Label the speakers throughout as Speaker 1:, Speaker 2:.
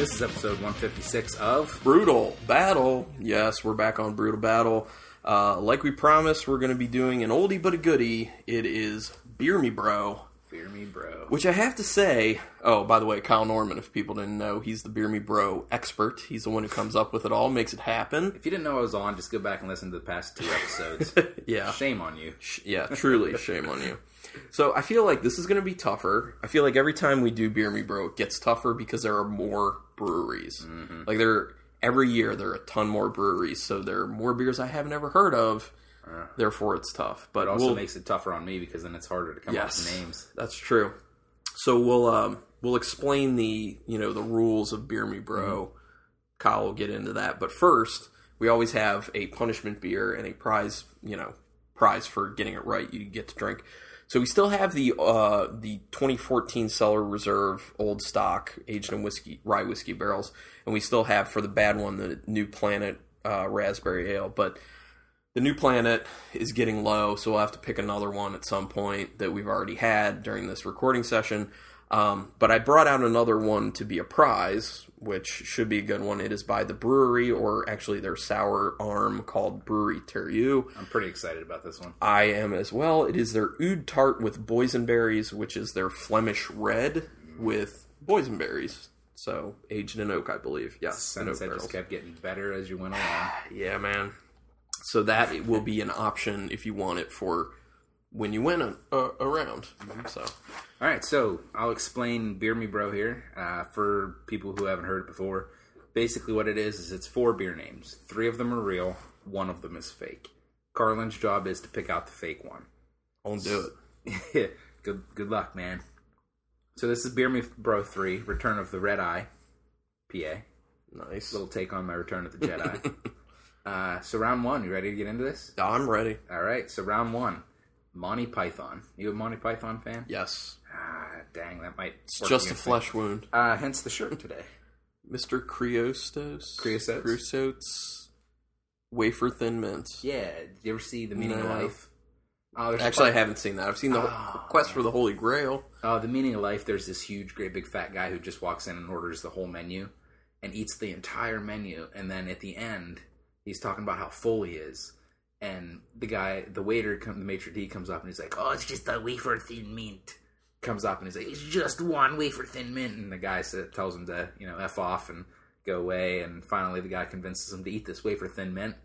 Speaker 1: is episode 156 of.
Speaker 2: Brutal Battle. Yes, we're back on Brutal Battle. Uh, like we promised, we're going to be doing an oldie but a goodie. It is Beer Me Bro,
Speaker 1: Fear me, bro.
Speaker 2: which I have to say. Oh, by the way, Kyle Norman, if people didn't know, he's the Beer Me Bro expert. He's the one who comes up with it all, makes it happen.
Speaker 1: If you didn't know I was on, just go back and listen to the past two episodes.
Speaker 2: Yeah.
Speaker 1: Shame on you.
Speaker 2: Sh- Yeah, truly, shame on you. So I feel like this is going to be tougher. I feel like every time we do Beer Me Bro, it gets tougher because there are more breweries. Like there, every year there are a ton more breweries, so there are more beers I have never heard of. Therefore, it's tough. But
Speaker 1: It also
Speaker 2: we'll-
Speaker 1: makes it tougher on me because then it's harder to come up
Speaker 2: Yes.
Speaker 1: with names.
Speaker 2: That's true. So we'll um, we'll explain the you know the rules of Beer Me Bro. Kyle will get into that, but first we always have a punishment beer and a prize you know prize for getting it right. You get to drink. So we still have the uh, the 2014 Cellar Reserve old stock aged in whiskey rye whiskey barrels, and we still have for the bad one the New Planet uh, raspberry ale, but the new planet is getting low, so we'll have to pick another one at some point that we've already had during this recording session. Um, but I brought out another one to be a prize, which should be a good one. It is by the brewery, or actually their sour arm called Brewery Teriu.
Speaker 1: I'm pretty excited about this one.
Speaker 2: I am as well. It is their Oud Tart with boysenberries, which is their Flemish red with boysenberries. So aged in oak, I believe. Yes, in oak
Speaker 1: Sunset
Speaker 2: barrels.
Speaker 1: just kept getting better as you went along.
Speaker 2: Yeah, man. So that will be an option if you want it for when you win a, a, a round.
Speaker 1: Mm-hmm.
Speaker 2: So
Speaker 1: All right, so I'll explain Beer Me Bro here uh, for people who haven't heard it before. Basically, what it is is it's four beer names. Three of them are real, one of them is fake. Carlin's job is to pick out the fake one.
Speaker 2: I'll do it.
Speaker 1: good, good luck, man. So this is Beer Me Bro three, Return of the Red Eye, PA.
Speaker 2: Nice.
Speaker 1: Little take on my Return of the Jedi. uh, so round one, you ready to get into this?
Speaker 2: I'm ready.
Speaker 1: All right, so round one, Monty Python. You a Monty Python fan?
Speaker 2: Yes.
Speaker 1: Ah, dang, that might.
Speaker 2: It's
Speaker 1: work
Speaker 2: just a
Speaker 1: against me.
Speaker 2: flesh wound.
Speaker 1: Uh, hence the shirt today.
Speaker 2: Mr. Creostos.
Speaker 1: Creosotes?
Speaker 2: Creosotes. Wafer thin mints.
Speaker 1: Yeah, did you ever see the meaning of
Speaker 2: No.
Speaker 1: life? Oh, there's a
Speaker 2: Actually, I
Speaker 1: part-
Speaker 2: haven't seen that. I've seen the
Speaker 1: Ah,
Speaker 2: Quest for the Holy Grail.
Speaker 1: oh, the meaning of life. There's this huge, great, big, fat guy who just walks in and orders the whole menu, and eats the entire menu, and then at the end, he's talking about how full he is, and the guy, the waiter, come, the maitre d comes up and he's like, "Oh, it's just a wafer thin mint." Comes up and he's like, "It's just one wafer thin mint," and the guy sa tells him to, you know, f off and go away, and finally the guy convinces him to eat this wafer thin mint,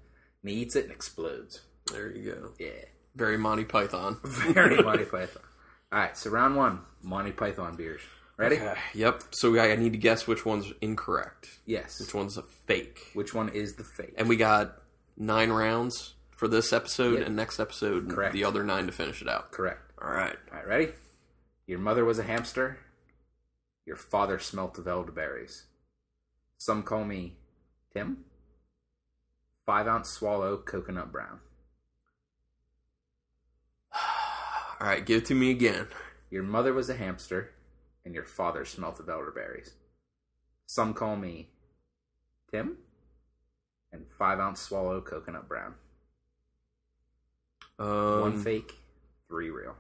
Speaker 1: and he eats it and explodes.
Speaker 2: There you go.
Speaker 1: Yeah.
Speaker 2: Very Monty Python.
Speaker 1: Very Monty Python. All right, so round one, Monty Python beers. Ready?
Speaker 2: yep. So I I need to guess which one's incorrect.
Speaker 1: Yes.
Speaker 2: Which one's a fake.
Speaker 1: Which one is the fake?
Speaker 2: And we got nine rounds for this episode
Speaker 1: Yep.
Speaker 2: and next episode,
Speaker 1: Correct.
Speaker 2: the other nine to finish it out.
Speaker 1: Correct.
Speaker 2: All right.
Speaker 1: All right, ready? Your mother was a hamster. Your father smelt of elderberries. Some call me Tim. Five ounce swallow, coconut brown.
Speaker 2: All right, give it to me again.
Speaker 1: Your mother was a hamster, and your father smelt of elderberries. Some call me Tim. And five ounce swallow, coconut brown.
Speaker 2: Um,
Speaker 1: One fake, three real.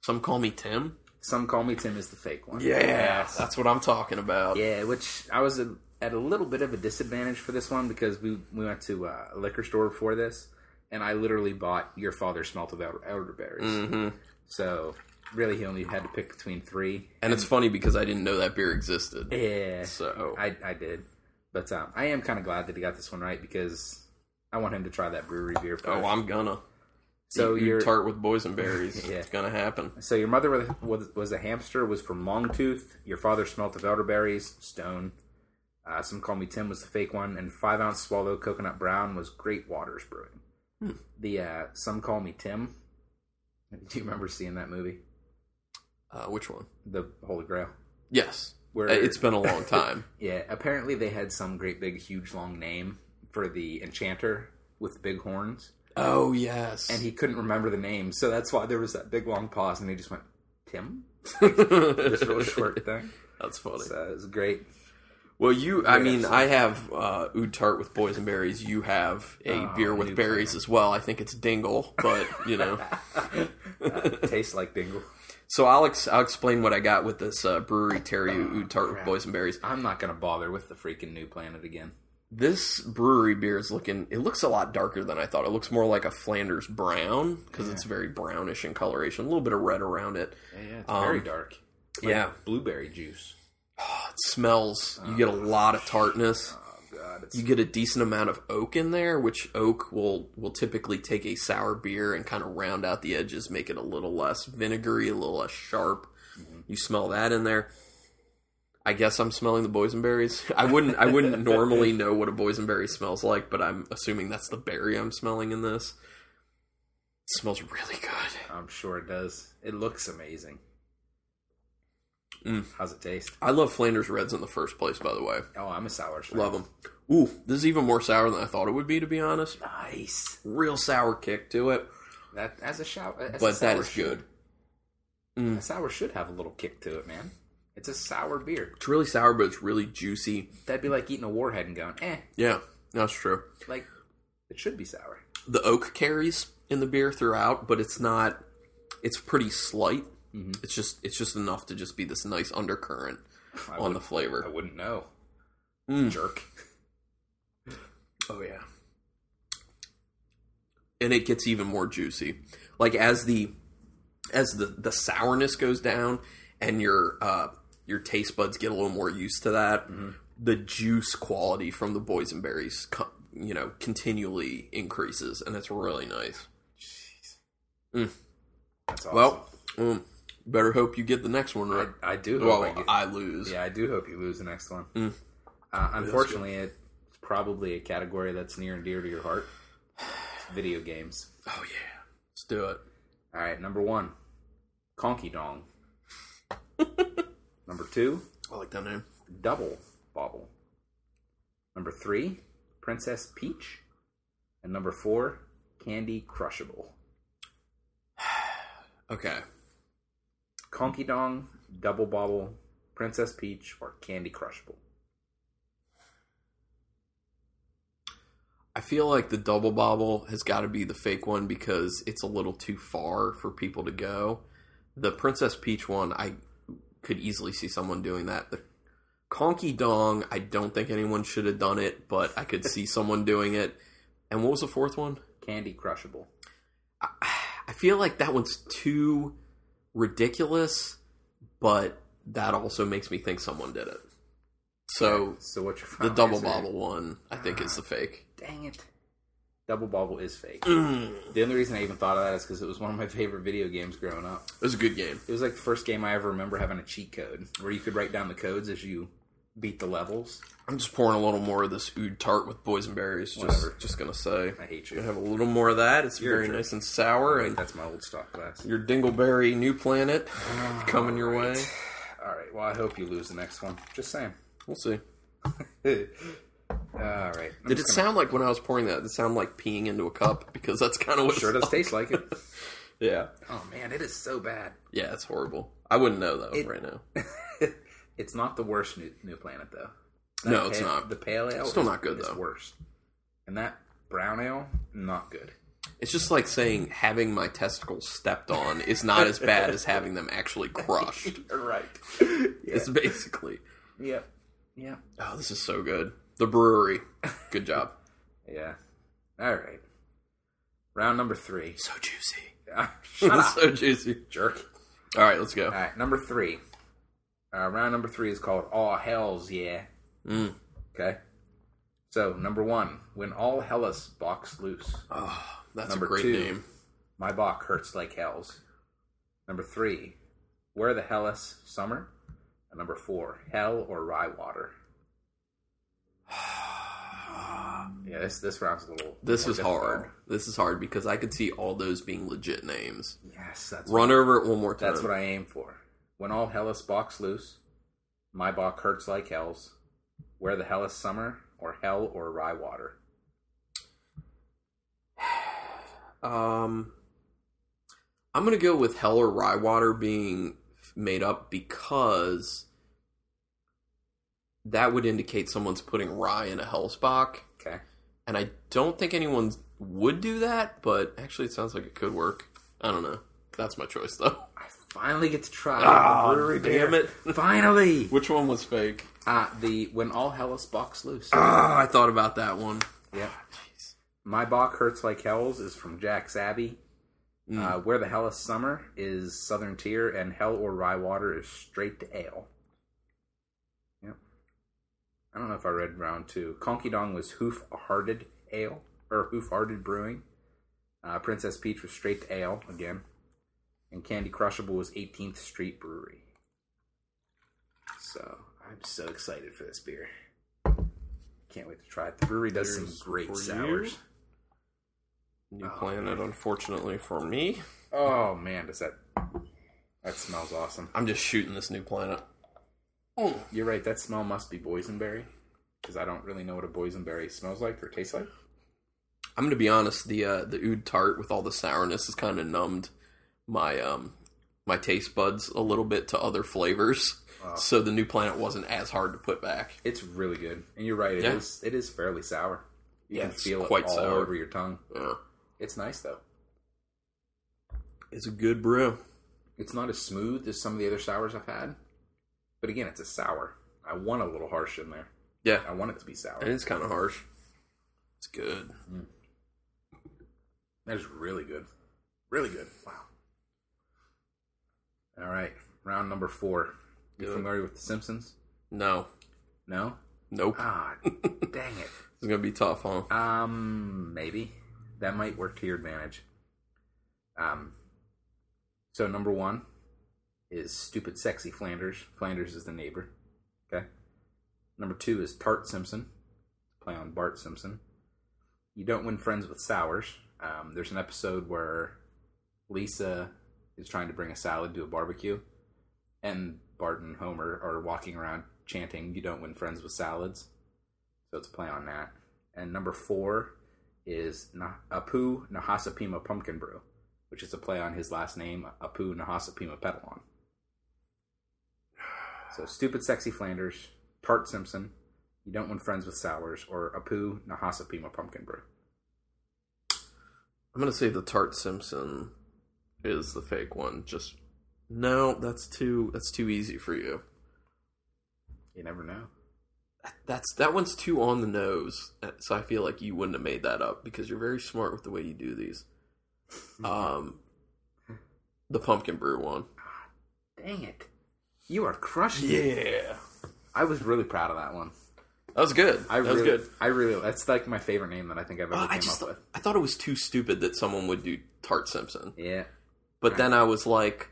Speaker 2: Some call me Tim.
Speaker 1: Some Call Me Tim is the fake one. Yes.
Speaker 2: That's what I'm talking about.
Speaker 1: Yeah, which I was a, at a little bit of a disadvantage for this one because we, we went to uh, a liquor store before this, and I literally bought Your Father Smelt of Elder- Elderberries.
Speaker 2: hmm
Speaker 1: So, really, he only had to pick between three.
Speaker 2: And it's funny because I didn't know that beer existed.
Speaker 1: Yeah.
Speaker 2: So,
Speaker 1: I, I did. But um, I am kind of glad that he got this one right because I want him to try that brewery beer. First.
Speaker 2: oh, I'm gonna.
Speaker 1: so,
Speaker 2: Eat your
Speaker 1: your,
Speaker 2: tart with boysenberries.
Speaker 1: Yeah.
Speaker 2: It's gonna happen.
Speaker 1: so, your mother was, was, was a hamster, was from Longtooth. Your father smelt of elderberries, Stone. Uh, Some Call Me Tim was the fake one, and Five Ounce Swallow Coconut Brown was Great Waters Brewing. The uh, Some Call Me Tim. Do you remember seeing that movie,
Speaker 2: Uh, which one?
Speaker 1: The Holy Grail?
Speaker 2: Yes.
Speaker 1: Where-
Speaker 2: Uh, It's been a long time.
Speaker 1: Yeah, apparently they had some great big huge long name for the enchanter with big horns,
Speaker 2: oh yes.
Speaker 1: and he couldn't remember the name, so that's why there was that big long pause, and he just went Tim. This little short thing.
Speaker 2: That's funny.
Speaker 1: So it was great.
Speaker 2: Well, you, I
Speaker 1: Yeah,
Speaker 2: mean,
Speaker 1: so-
Speaker 2: I have uh, oud tart with boysenberries. You have a
Speaker 1: Oh,
Speaker 2: beer with
Speaker 1: new
Speaker 2: berries
Speaker 1: thing.
Speaker 2: as well. I think it's dingle, but you know.
Speaker 1: Uh, tastes like dingle.
Speaker 2: so I'll ex- I'll explain what I got with this uh, brewery Terry oud tart with
Speaker 1: Oh, crap.
Speaker 2: boysenberries.
Speaker 1: I'm not gonna bother with the freaking new planet again.
Speaker 2: This brewery beer is looking. It looks a lot darker than I thought. It looks more like a Flanders brown because it's very brownish in coloration. A little bit of red around it.
Speaker 1: Yeah, yeah it's very dark. Like
Speaker 2: yeah.
Speaker 1: blueberry juice.
Speaker 2: It smells. You get a lot of tartness.
Speaker 1: Oh god, it's
Speaker 2: you get a decent amount of oak in there, which oak will will typically take a sour beer and kind of round out the edges, make it a little less vinegary, a little less sharp.
Speaker 1: Mm-hmm.
Speaker 2: You smell that in there. I guess I'm smelling the boysenberries. I wouldn't I wouldn't normally know what a boysenberry smells like, but I'm assuming that's the berry I'm smelling in this. It smells really good.
Speaker 1: I'm sure it does. It looks amazing.
Speaker 2: Mm.
Speaker 1: How's it taste?
Speaker 2: I love Flanders Reds in the first place, by the way.
Speaker 1: Oh, I'm a sour. fan.
Speaker 2: Love them. Ooh, this is even more sour than I thought it would be, to be honest.
Speaker 1: Nice.
Speaker 2: Real sour kick to it.
Speaker 1: That as a shower, as a
Speaker 2: but that
Speaker 1: sour
Speaker 2: is
Speaker 1: should-
Speaker 2: good.
Speaker 1: A sour should have a little kick to it, man. It's a sour beer.
Speaker 2: It's really sour, but it's really juicy.
Speaker 1: That'd be like eating a warhead and going, eh.
Speaker 2: Yeah, that's true.
Speaker 1: Like it should be sour.
Speaker 2: The oak carries in the beer throughout, but it's not. It's pretty slight.
Speaker 1: Mm-hmm.
Speaker 2: It's just it's just enough to just be this nice undercurrent
Speaker 1: I
Speaker 2: on the
Speaker 1: wouldn't- I
Speaker 2: flavor.
Speaker 1: wouldn't know.
Speaker 2: Mm.
Speaker 1: Jerk.
Speaker 2: Oh yeah, and it gets even more juicy. Like as the as the the sourness goes down, and your uh, your taste buds get a little more used to that,
Speaker 1: Mm-hmm.
Speaker 2: the juice quality from the boysenberries, co- you know, continually increases, and it's really nice.
Speaker 1: That's awesome.
Speaker 2: Well, um, better hope you get the next one right.
Speaker 1: I, I do hope
Speaker 2: well,
Speaker 1: I
Speaker 2: I,
Speaker 1: get
Speaker 2: lose.
Speaker 1: Yeah, I do hope you lose the next one.
Speaker 2: Mm.
Speaker 1: Uh, unfortunately, it's probably a category that's near and dear to your heart. It's video games.
Speaker 2: Oh yeah, let's do it.
Speaker 1: All right, number one, Conky Dong. number two,
Speaker 2: I like that name.
Speaker 1: Double Bobble. Number three, Princess Peach. And number four, Candy Crushable.
Speaker 2: Okay,
Speaker 1: Conky Dong, Double Bobble, Princess Peach, or Candy Crushable.
Speaker 2: I feel like the double bobble has got to be the fake one because it's a little too far for people to go. The Princess Peach one, I could easily see someone doing that. The Conky Dong, I don't think anyone should have done it, but I could see someone doing it. And what was the fourth one?
Speaker 1: Candy Crushable.
Speaker 2: I feel like that one's too ridiculous, but that also makes me think someone did it. So
Speaker 1: So what's your
Speaker 2: the
Speaker 1: final
Speaker 2: double
Speaker 1: answer?
Speaker 2: bobble one, I think, is the fake.
Speaker 1: Dang it. Double Bobble is fake.
Speaker 2: Mm.
Speaker 1: The only reason I even thought of that is because it was one of my favorite video games growing up.
Speaker 2: It was a good game.
Speaker 1: It was like the first game I ever remember having a cheat code where you could write down the codes as you beat the levels.
Speaker 2: I'm just pouring a little more of this oud tart with boysenberries.
Speaker 1: Whatever.
Speaker 2: Just, just gonna say,
Speaker 1: I hate
Speaker 2: gonna
Speaker 1: you.
Speaker 2: have a little more of that. It's
Speaker 1: You're a
Speaker 2: very
Speaker 1: jerk.
Speaker 2: nice and sour,
Speaker 1: Wait,
Speaker 2: and
Speaker 1: that's my old stock class.
Speaker 2: your dingleberry new planet coming your way.
Speaker 1: All Ah, right. Well, I hope you lose the next one. Just saying.
Speaker 2: We'll see.
Speaker 1: All right. I'm
Speaker 2: Did it
Speaker 1: just gonna-
Speaker 2: sound like when I was pouring that? Did it sound like peeing into a cup? Because that's kind of what. it
Speaker 1: Sure does
Speaker 2: sounded-
Speaker 1: taste like it.
Speaker 2: Yeah.
Speaker 1: Oh man, it is so bad.
Speaker 2: Yeah, it's horrible. I wouldn't know though right now.
Speaker 1: It's not the worst new, new planet though.
Speaker 2: No, it's
Speaker 1: Pale-
Speaker 2: not.
Speaker 1: The pale ale
Speaker 2: Still
Speaker 1: is-
Speaker 2: not good,
Speaker 1: is
Speaker 2: though.
Speaker 1: Worse. And that brown ale, not good.
Speaker 2: It's just like saying having my testicles stepped on is not as bad as having them actually crushed.
Speaker 1: Right.
Speaker 2: It's basically.
Speaker 1: Yep. Yep.
Speaker 2: Oh, this is so good. The brewery. Good job.
Speaker 1: Yeah. All right. Round number three.
Speaker 2: So juicy.
Speaker 1: Shut up,
Speaker 2: so juicy.
Speaker 1: jerk.
Speaker 2: All right, let's go.
Speaker 1: All right, number three. Uh, round number three is called All Hells Yeah.
Speaker 2: Mm.
Speaker 1: Okay. So number one, when all Hellas box loose,
Speaker 2: Oh, that's
Speaker 1: Number
Speaker 2: a great
Speaker 1: two.
Speaker 2: name.
Speaker 1: my bock hurts like hells. Number three, where the Hellas summer. And number four, hell or rye water. Yeah, this this round's a little.
Speaker 2: This
Speaker 1: more
Speaker 2: is
Speaker 1: difficult.
Speaker 2: hard. This is hard because I could see all those being legit names.
Speaker 1: Yes, that's
Speaker 2: Run over it one more time.
Speaker 1: That's what I aim for. When all Hellas box loose, my bock hurts like hell's. Where the Hellas summer, or hell or rye water.
Speaker 2: Um, I'm gonna go with Hell or Rye Water being made up because that would indicate someone's putting rye in a Hellsbach.
Speaker 1: Okay.
Speaker 2: And I don't think anyone would do that, but actually, it sounds like it could work. I don't know. That's my choice, though.
Speaker 1: I finally get to try
Speaker 2: Ah,
Speaker 1: the brewery
Speaker 2: damn
Speaker 1: beer. Finally,
Speaker 2: Which one was fake?
Speaker 1: uh, the when all hell is box loose.
Speaker 2: Ah, I thought about that one.
Speaker 1: Yeah. My Bach Hurts Like Hells is from Jack Sabby.
Speaker 2: Mm.
Speaker 1: Uh, Where the Hell is Summer is Southern Tier, and Hell or Rye Water is straight to ale. Yep. I don't know if I read round two. Conky Dong was Hoof Hearted Ale, or Hoof Hearted Brewing. Uh, Princess Peach was straight to ale, again. And Candy Crushable was 18th Street Brewery. So, I'm so excited for this beer. Can't wait to try it. The brewery does
Speaker 2: Here's
Speaker 1: some great
Speaker 2: for you.
Speaker 1: sours.
Speaker 2: New planet, unfortunately for me.
Speaker 1: Oh man, does that that smells awesome.
Speaker 2: I'm just shooting this new planet.
Speaker 1: You're right, that smell must be boysenberry. Because I don't really know what a boysenberry smells like or tastes like.
Speaker 2: I'm gonna be honest. The uh, the oud tart with all the sourness has kind of numbed my um my taste buds a little bit to other flavors. So the new planet wasn't as hard to put back.
Speaker 1: It's really good. And you're right, it is
Speaker 2: Yeah.
Speaker 1: it is fairly sour. You
Speaker 2: Yeah,
Speaker 1: can
Speaker 2: it's
Speaker 1: feel
Speaker 2: quite
Speaker 1: it all
Speaker 2: sour.
Speaker 1: over your tongue.
Speaker 2: Yeah.
Speaker 1: It's nice though.
Speaker 2: It's a good brew.
Speaker 1: It's not as smooth as some of the other sours I've had. But again, it's a sour. I want a little harsh in there.
Speaker 2: Yeah,
Speaker 1: I want it to be sour.
Speaker 2: and it's kind of harsh. It's good.
Speaker 1: That is really good. Really good. Wow. All right. Round number four. You
Speaker 2: Good.
Speaker 1: familiar with The Simpsons?
Speaker 2: No,
Speaker 1: No?
Speaker 2: nope.
Speaker 1: Ah, dang it.
Speaker 2: It's gonna be tough, huh?
Speaker 1: Um, maybe that might work to your advantage. Um, so number one is stupid, sexy Flanders. Flanders is the neighbor. Okay. Number two is Tart Simpson. Play on Bart Simpson. You don't win friends with sours. Um, there's an episode where Lisa is trying to bring a salad to a barbecue, and Bart and Homer are walking around chanting, "You don't win friends with salads." So it's a play on that. And number four is Na- Apu Nahasapima Pumpkin Brew, which is a play on his last name, Apu Nahasapima Petalon. So Stupid Sexy Flanders, Tart Simpson, You Don't Want Friends with Sours, or Apu Nahasapima Pumpkin Brew.
Speaker 2: I'm gonna say the Tart Simpson is the fake one. Just no, that's too that's too easy for you.
Speaker 1: You never know.
Speaker 2: That's that one's too on the nose. uh, So I feel like you wouldn't have made that up because you're very smart with the way you do these.
Speaker 1: Mm-hmm.
Speaker 2: Um, the pumpkin brew one.
Speaker 1: Dang it. You are crushing it.
Speaker 2: Yeah,
Speaker 1: I was really proud of that one.
Speaker 2: that was good.
Speaker 1: I
Speaker 2: that
Speaker 1: really,
Speaker 2: was good.
Speaker 1: I really, that's like my favorite name that I think I've ever
Speaker 2: Uh,
Speaker 1: came
Speaker 2: I just
Speaker 1: up
Speaker 2: thought, I thought it was too stupid that someone would do Tart Simpson,
Speaker 1: with. Yeah.
Speaker 2: but then I was like,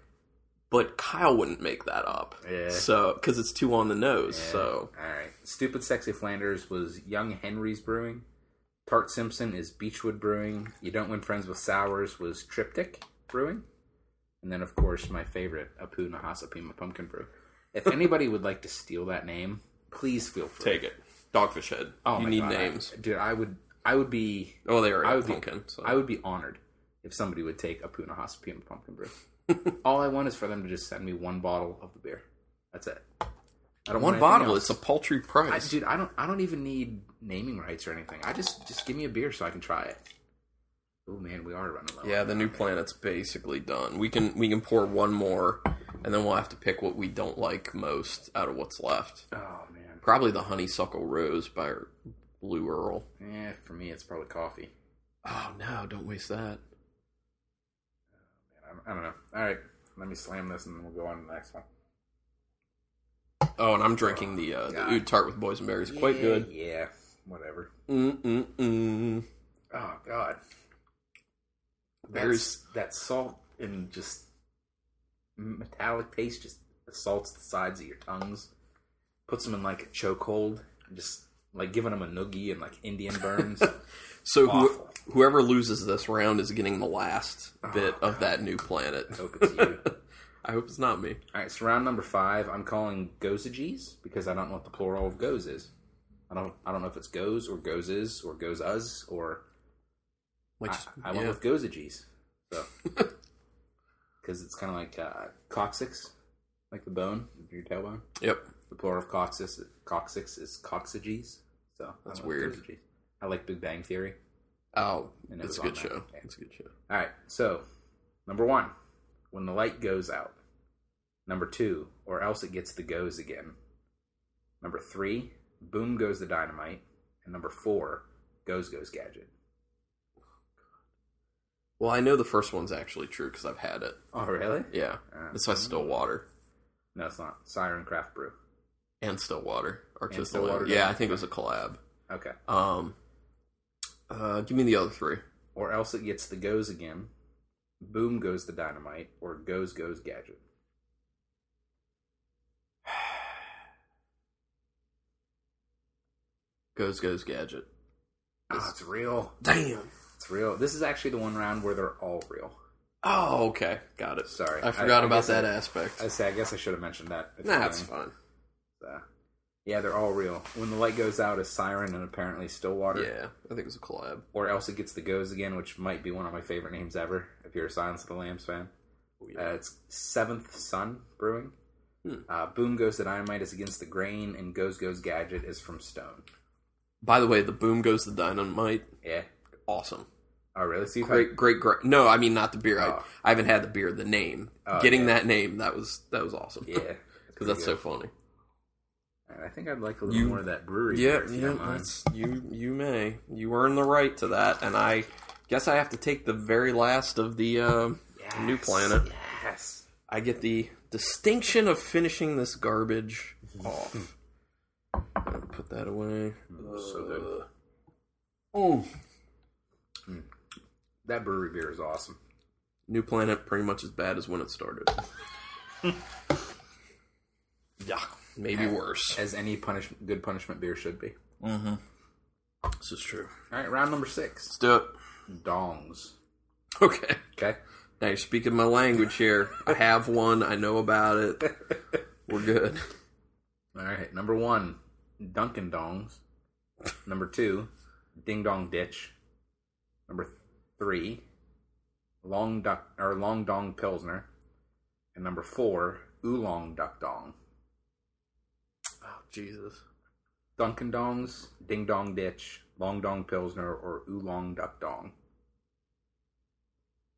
Speaker 2: but Kyle wouldn't make that up.
Speaker 1: Yeah.
Speaker 2: So because it's too on the nose. So
Speaker 1: all right. Stupid Sexy Flanders was Young Henry's Brewing. Tart Simpson is Beechwood Brewing. You Don't Win Friends with Sours was Triptych Brewing. And then, of course, my favorite, Apu Nahasapima Pumpkin Brew. If anybody would like to steal that name, please feel free. Oh
Speaker 2: take it, Dogfish Head. you
Speaker 1: my
Speaker 2: need
Speaker 1: God, I-
Speaker 2: names.
Speaker 1: dude, I would, I would be,
Speaker 2: oh, they are
Speaker 1: I would be-
Speaker 2: pumpkin. so.
Speaker 1: I would be honored if somebody would take Apu Nahasapima Pumpkin Brew. All I want is for them to just send me one bottle of the beer. That's it. I don't want
Speaker 2: one
Speaker 1: anything
Speaker 2: bottle.
Speaker 1: else.
Speaker 2: It's a paltry price.
Speaker 1: I, dude, I don't I don't even need naming rights or anything. I just just give me a beer so I can try it. Oh man, we are running low.
Speaker 2: Yeah, the new planet's basically done. We can we can pour one more, and then we'll have to pick what we don't like most out of what's left.
Speaker 1: Oh man.
Speaker 2: Probably the honeysuckle rose by Blue Earl.
Speaker 1: Yeah, Eh, for me it's probably coffee.
Speaker 2: Oh no! Don't waste that.
Speaker 1: I don't, I don't know. All right, let me slam this and then we'll go on to the next one.
Speaker 2: Oh, and I'm drinking the uh, the
Speaker 1: God.
Speaker 2: oud tart with boysenberries. Quite
Speaker 1: Yeah,
Speaker 2: good.
Speaker 1: Yeah, whatever.
Speaker 2: Mm mm mm.
Speaker 1: Oh god,
Speaker 2: Berries.
Speaker 1: That's- that salt and just metallic taste just assaults the sides of your tongues, puts them in like a chokehold, and just like giving them a noogie and like Indian burns.
Speaker 2: So who,
Speaker 1: awful.
Speaker 2: whoever loses this round is getting the last bit
Speaker 1: Oh,
Speaker 2: of that new planet.
Speaker 1: Hope it's you.
Speaker 2: I hope it's not me.
Speaker 1: All right, so round number five, I'm calling gozages because I don't know what the plural of goes is. I don't, I don't know if it's goes or gozes or goes us or
Speaker 2: Like,
Speaker 1: I,
Speaker 2: just-
Speaker 1: I went
Speaker 2: yeah.
Speaker 1: with gozages, so because it's kind of like uh, coccyx, like the bone, of your tailbone.
Speaker 2: Yep.
Speaker 1: The plural of coccyx, coccyx is coxyges. So I
Speaker 2: That's
Speaker 1: love
Speaker 2: weird.
Speaker 1: coxyges. I like Big Bang Theory.
Speaker 2: Oh,
Speaker 1: And it was
Speaker 2: it's a
Speaker 1: on
Speaker 2: good
Speaker 1: that.
Speaker 2: show.
Speaker 1: Yeah.
Speaker 2: It's a good show.
Speaker 1: All right. So, number one, when the light goes out. Number two, or else it gets the goes again. Number three, boom goes the dynamite. And number four, goes goes gadget.
Speaker 2: Well, I know the first one's actually true because I've had it.
Speaker 1: Oh, really?
Speaker 2: Yeah,
Speaker 1: Uh,
Speaker 2: it's by Stillwater
Speaker 1: No, it's not. Siren Craft Brew.
Speaker 2: and Stillwater artisanal.
Speaker 1: And Stillwater,
Speaker 2: yeah,
Speaker 1: yeah.
Speaker 2: I think it was a collab.
Speaker 1: Okay.
Speaker 2: Um, uh, give me the other three.
Speaker 1: Or else it gets the goes again. Boom goes the dynamite, or goes goes gadget.
Speaker 2: Goes Goes Gadget.
Speaker 1: Oh,
Speaker 2: Ah,
Speaker 1: it's real.
Speaker 2: Damn.
Speaker 1: It's real. This is actually the one round where they're all real.
Speaker 2: Oh, okay, got it.
Speaker 1: Sorry,
Speaker 2: I forgot
Speaker 1: I
Speaker 2: about
Speaker 1: guess
Speaker 2: that
Speaker 1: I-
Speaker 2: aspect.
Speaker 1: I say, I guess I should have mentioned that. at the
Speaker 2: nah, it's
Speaker 1: beginning.
Speaker 2: fine.
Speaker 1: Uh, yeah, they're all real. When the light goes out, is siren and apparently Stillwater,
Speaker 2: Yeah, I think it was a collab.
Speaker 1: or else it gets the goes again, which might be one of my favorite names ever. If you're a Silence of the Lambs fan, uh, it's Seventh Sun Brewing.
Speaker 2: Oh, Hmm.
Speaker 1: Uh, Boom goes the dynamite is against the grain, and goes goes gadget is from Stone.
Speaker 2: By the way, the Boom Goes the Dynamite.
Speaker 1: Yeah.
Speaker 2: Awesome.
Speaker 1: Oh, really? See if I-
Speaker 2: Great, great, great. No, I mean not the beer.
Speaker 1: Oh.
Speaker 2: I, I haven't had the beer. The name,
Speaker 1: Oh,
Speaker 2: getting
Speaker 1: yeah.
Speaker 2: that name, that was that was awesome.
Speaker 1: yeah,
Speaker 2: because that's so funny.
Speaker 1: so. I think I'd like a little
Speaker 2: You-
Speaker 1: more of that brewery.
Speaker 2: Yeah,
Speaker 1: beer, if you
Speaker 2: yeah.
Speaker 1: don't mind.
Speaker 2: That's, you you may you earn the right to that, and I guess I have to take the very last of the. um
Speaker 1: Yes,
Speaker 2: New Planet.
Speaker 1: Yes.
Speaker 2: I get the distinction of finishing this garbage off. Gotta Put that away.
Speaker 1: So
Speaker 2: Uh.
Speaker 1: good.
Speaker 2: Oh,
Speaker 1: That brewery beer is awesome.
Speaker 2: New Planet pretty much as bad as when it started. yeah, maybe worse.
Speaker 1: As any punishment, good punishment beer should be.
Speaker 2: This is true.
Speaker 1: All right, round number six.
Speaker 2: Let's do it.
Speaker 1: Dongs.
Speaker 2: Okay.
Speaker 1: Okay.
Speaker 2: Now you're speaking my language here. I have one. I know about it. We're good.
Speaker 1: All right. Number one, Dunkin' Dongs. Number two, Ding Dong Ditch. Number th- three, Long Duck or Long Dong Pilsner, and number four, Oolong Duck Dong.
Speaker 2: Oh Jesus.
Speaker 1: Dunkin' Dongs, Ding Dong Ditch, Long Dong Pilsner, or Oolong Duck Dong.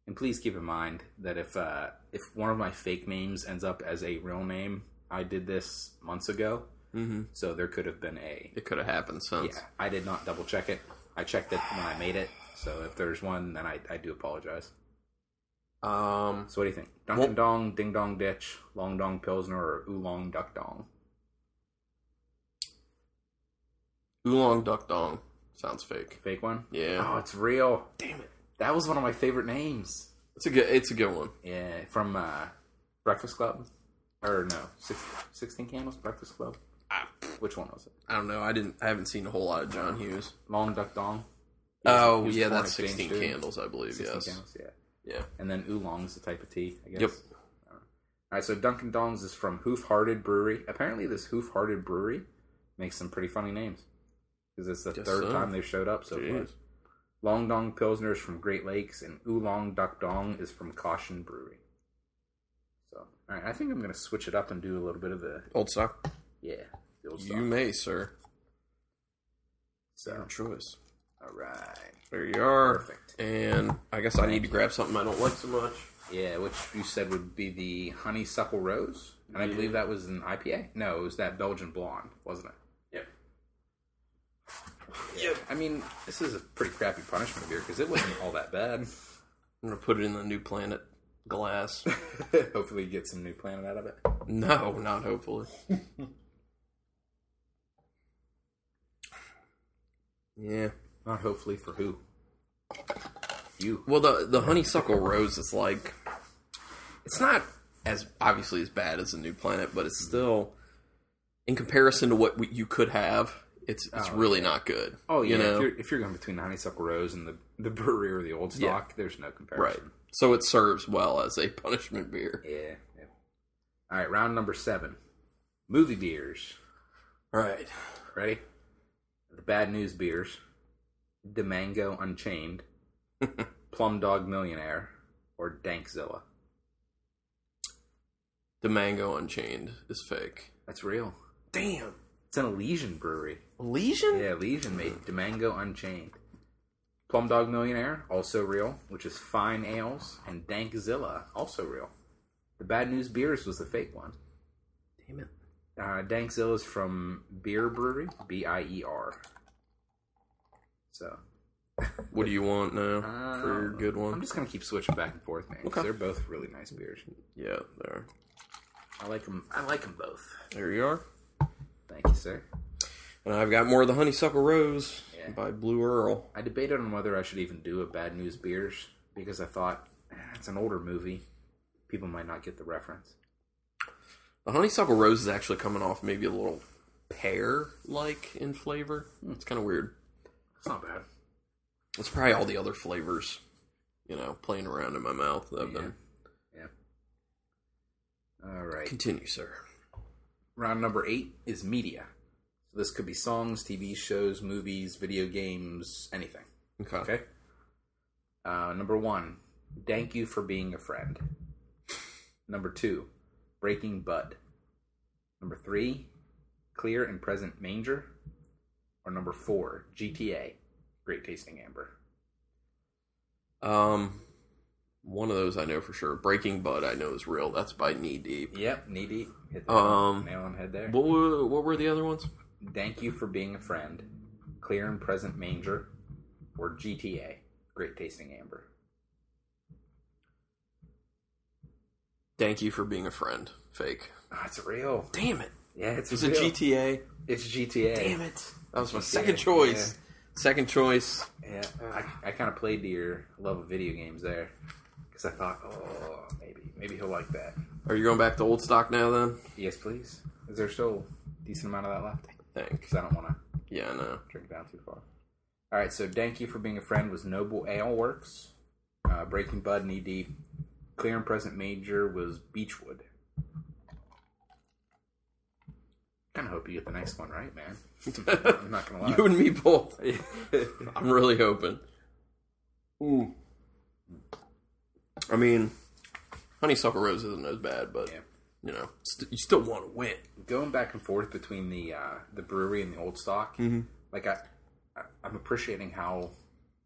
Speaker 1: And please keep in mind that if uh, if one of my fake names ends up as a real name, I did this months ago,
Speaker 2: Mm-hmm.
Speaker 1: so there could have been a
Speaker 2: It could have happened since.
Speaker 1: Yeah, I did not double check it. I checked it when I made it. So if there's one, then I, I do apologize.
Speaker 2: Um.
Speaker 1: So what do you think? Dunkin'
Speaker 2: Well-
Speaker 1: Dong, Ding Dong Ditch, Long Dong Pilsner, or Oolong Duck Dong?
Speaker 2: Oolong duck dong sounds fake.
Speaker 1: Fake one?
Speaker 2: Yeah.
Speaker 1: Oh, it's real.
Speaker 2: Damn it.
Speaker 1: That was one of my favorite names.
Speaker 2: It's a good. It's a good one.
Speaker 1: Yeah, from uh, Breakfast Club. Or no, six, 16 Candles, Breakfast Club.
Speaker 2: I,
Speaker 1: Which one was it?
Speaker 2: I don't know. I didn't. I haven't seen a whole lot of John Hughes.
Speaker 1: Long Duck Dong?
Speaker 2: Oh
Speaker 1: he was a
Speaker 2: yeah,
Speaker 1: foreign
Speaker 2: that's
Speaker 1: exchange
Speaker 2: sixteen
Speaker 1: student.
Speaker 2: candles, I believe.
Speaker 1: 16
Speaker 2: yes.
Speaker 1: Candles, yeah.
Speaker 2: Yeah.
Speaker 1: And then Oolong's the type of tea, I guess.
Speaker 2: Yep.
Speaker 1: All right, so Dunkin' Dongs is from Hoof Hearted Brewery. Apparently, this Hoof Hearted Brewery makes some pretty funny names because it's the
Speaker 2: Guess
Speaker 1: third
Speaker 2: so.
Speaker 1: time they've showed up so far.
Speaker 2: Jeez.
Speaker 1: Long Dong Pilsner is from Great Lakes, and Oolong Duck Dong is from Caution Brewery. So, all right, I think I'm going to switch it up and do a little bit of the
Speaker 2: Old stock.
Speaker 1: yeah, the old
Speaker 2: You
Speaker 1: stuff.
Speaker 2: may, sir.
Speaker 1: So,
Speaker 2: Your choice.
Speaker 1: all right,
Speaker 2: There you are.
Speaker 1: Perfect.
Speaker 2: And I guess I need to grab something I don't like so much.
Speaker 1: yeah, which you said would be the Honeysuckle Rose, and I believe that was an IPA. No, it was that Belgian Blonde, wasn't it?
Speaker 2: Yep.
Speaker 1: I mean, this is a pretty crappy punishment beer because it wasn't all that bad.
Speaker 2: I'm gonna put it in the new planet glass.
Speaker 1: Hopefully, you get some new planet out of it.
Speaker 2: no, not hopefully. yeah.
Speaker 1: Not hopefully for who? You.
Speaker 2: Well, the the honeysuckle rose is like, it's not as obviously as bad as the new planet, but it's still, in comparison to what we, you could have, it's it's
Speaker 1: Oh,
Speaker 2: really not good.
Speaker 1: Oh yeah,
Speaker 2: you know,
Speaker 1: if, you're, if you're going between the honeysuckle rose and the the brewery or the old
Speaker 2: Yeah.
Speaker 1: stock, there's no
Speaker 2: right.
Speaker 1: comparison.
Speaker 2: So it serves well as a punishment beer.
Speaker 1: Yeah. yeah. All right, round number seven. Movie beers.
Speaker 2: Right.
Speaker 1: Ready? The bad news beers. The Mango Unchained, Plum Dog Millionaire, or Dankzilla.
Speaker 2: The mango unchained is fake.
Speaker 1: That's real.
Speaker 2: Damn.
Speaker 1: It's an Elysian brewery.
Speaker 2: Legion?
Speaker 1: Yeah, Legion made Domingo Unchained. Plum Dog Millionaire, also real, which is Fine Ales, and Dankzilla, also real. The Bad News Beers was the fake one.
Speaker 2: Damn it.
Speaker 1: Uh, Dankzilla is from Beer Brewery, B I E R. So
Speaker 2: What do you want now
Speaker 1: uh,
Speaker 2: for your good one?
Speaker 1: I'm just gonna keep switching back and forth, man. 'cause
Speaker 2: Okay.
Speaker 1: They're both really nice beers.
Speaker 2: Yeah, there.
Speaker 1: I like them. I like them both.
Speaker 2: There you are.
Speaker 1: Thank you, sir.
Speaker 2: And I've got more of the Honeysuckle Rose
Speaker 1: Yeah.
Speaker 2: by Blue Earl.
Speaker 1: I debated on whether I should even do a Bad News Beers because I thought "Ah, it's an older movie. People might not get the reference.
Speaker 2: The Honeysuckle Rose is actually coming off maybe a little pear like in flavor.
Speaker 1: Hmm.
Speaker 2: It's kind of weird.
Speaker 1: It's not bad.
Speaker 2: It's probably all the other flavors, you know, playing around in my mouth that have been.
Speaker 1: Yeah. All right.
Speaker 2: Continue, sir.
Speaker 1: Round number eight is media. So this could be songs, TV shows, movies, video games, anything.
Speaker 2: Okay.
Speaker 1: Okay. Uh, number one, thank you for being a friend. Number two, breaking bud. Number three, clear and present manger. Or number four, GTA, great tasting amber.
Speaker 2: Um, one of those I know for sure. Breaking Bud I know is real. That's by Knee Deep.
Speaker 1: Yep, knee deep. Hit the
Speaker 2: Um,
Speaker 1: nail on the head there.
Speaker 2: What were, what were the other ones?
Speaker 1: Thank you for being a friend. Clear and present manger, or GTA, great tasting amber.
Speaker 2: Thank you for being a friend. Fake.
Speaker 1: Oh, it's real.
Speaker 2: Damn it.
Speaker 1: Yeah, it's
Speaker 2: Is
Speaker 1: real.
Speaker 2: it GTA?
Speaker 1: It's GTA.
Speaker 2: it. That was my
Speaker 1: GTA,
Speaker 2: second choice. Second choice.
Speaker 1: Yeah, I, I kind of played to your love of video games there because I thought, oh, maybe maybe he'll like that.
Speaker 2: Are you going back to old stock now then?
Speaker 1: Yes, please. Is there still a decent amount of that left?
Speaker 2: Thanks.
Speaker 1: Because I don't want to
Speaker 2: Yeah, no.
Speaker 1: drink down too far. All right, so thank you for being a friend was Noble Ale Works. Uh, Breaking Bud Knee Deep. Clear and Present Major was Beechwood. Kind of hope you get the next one right, man. I'm not gonna lie.
Speaker 2: you and me both. I'm really hoping. Ooh. I mean, Honeysuckle Rose isn't as bad, but,
Speaker 1: Yeah.
Speaker 2: you know, st- you still want to win.
Speaker 1: going back and forth between the uh, the brewery and the old stock,
Speaker 2: Mm-hmm.
Speaker 1: like I, I, I'm appreciating how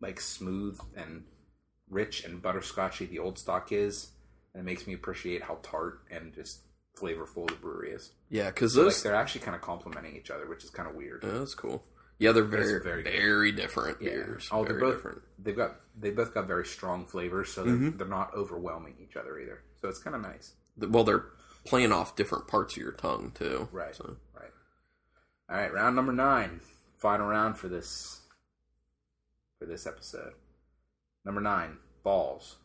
Speaker 1: like smooth and rich and butterscotchy the old stock is, and it makes me appreciate how tart and just flavorful the brewery is.
Speaker 2: Yeah, because
Speaker 1: Like
Speaker 2: those.
Speaker 1: they're actually kind of complementing each other, which is kind of weird.
Speaker 2: Yeah, that's cool. Yeah, they're very,
Speaker 1: It's very
Speaker 2: very,
Speaker 1: good.
Speaker 2: different
Speaker 1: Yeah.
Speaker 2: beers.
Speaker 1: Oh, they're
Speaker 2: very
Speaker 1: both
Speaker 2: different. Mm-hmm.
Speaker 1: they've got they both got very strong flavors, so they're, they're not overwhelming each other either. So it's kind of nice.
Speaker 2: Th- Well, they're playing off different parts of your tongue, too.
Speaker 1: Right.
Speaker 2: So,
Speaker 1: Right. All right, round number nine. Final round for this for this episode. Number nine, balls.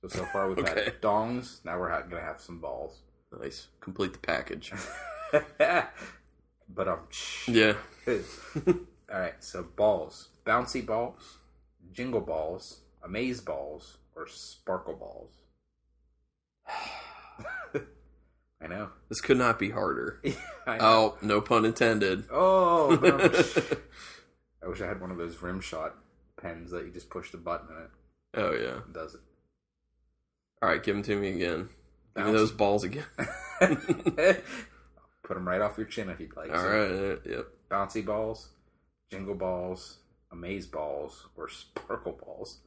Speaker 1: So so far we've
Speaker 2: Okay.
Speaker 1: had dongs. Now we're ha- gonna have some balls.
Speaker 2: nice. Complete the package.
Speaker 1: but um.
Speaker 2: yeah.
Speaker 1: All right, so balls, bouncy balls, jingle balls, amaze balls, or sparkle balls. I know.
Speaker 2: This could not be harder.
Speaker 1: I know.
Speaker 2: Oh, no pun intended.
Speaker 1: Oh, but I wish I had one of those rim shot pens that you just push the button and it
Speaker 2: Oh, yeah.
Speaker 1: does it.
Speaker 2: All right, give them to me again. Give me those balls again.
Speaker 1: Put them right off your chin if you'd like.
Speaker 2: All
Speaker 1: So,
Speaker 2: right. uh, Yep.
Speaker 1: Bouncy balls, jingle balls, amaze balls, or sparkle balls.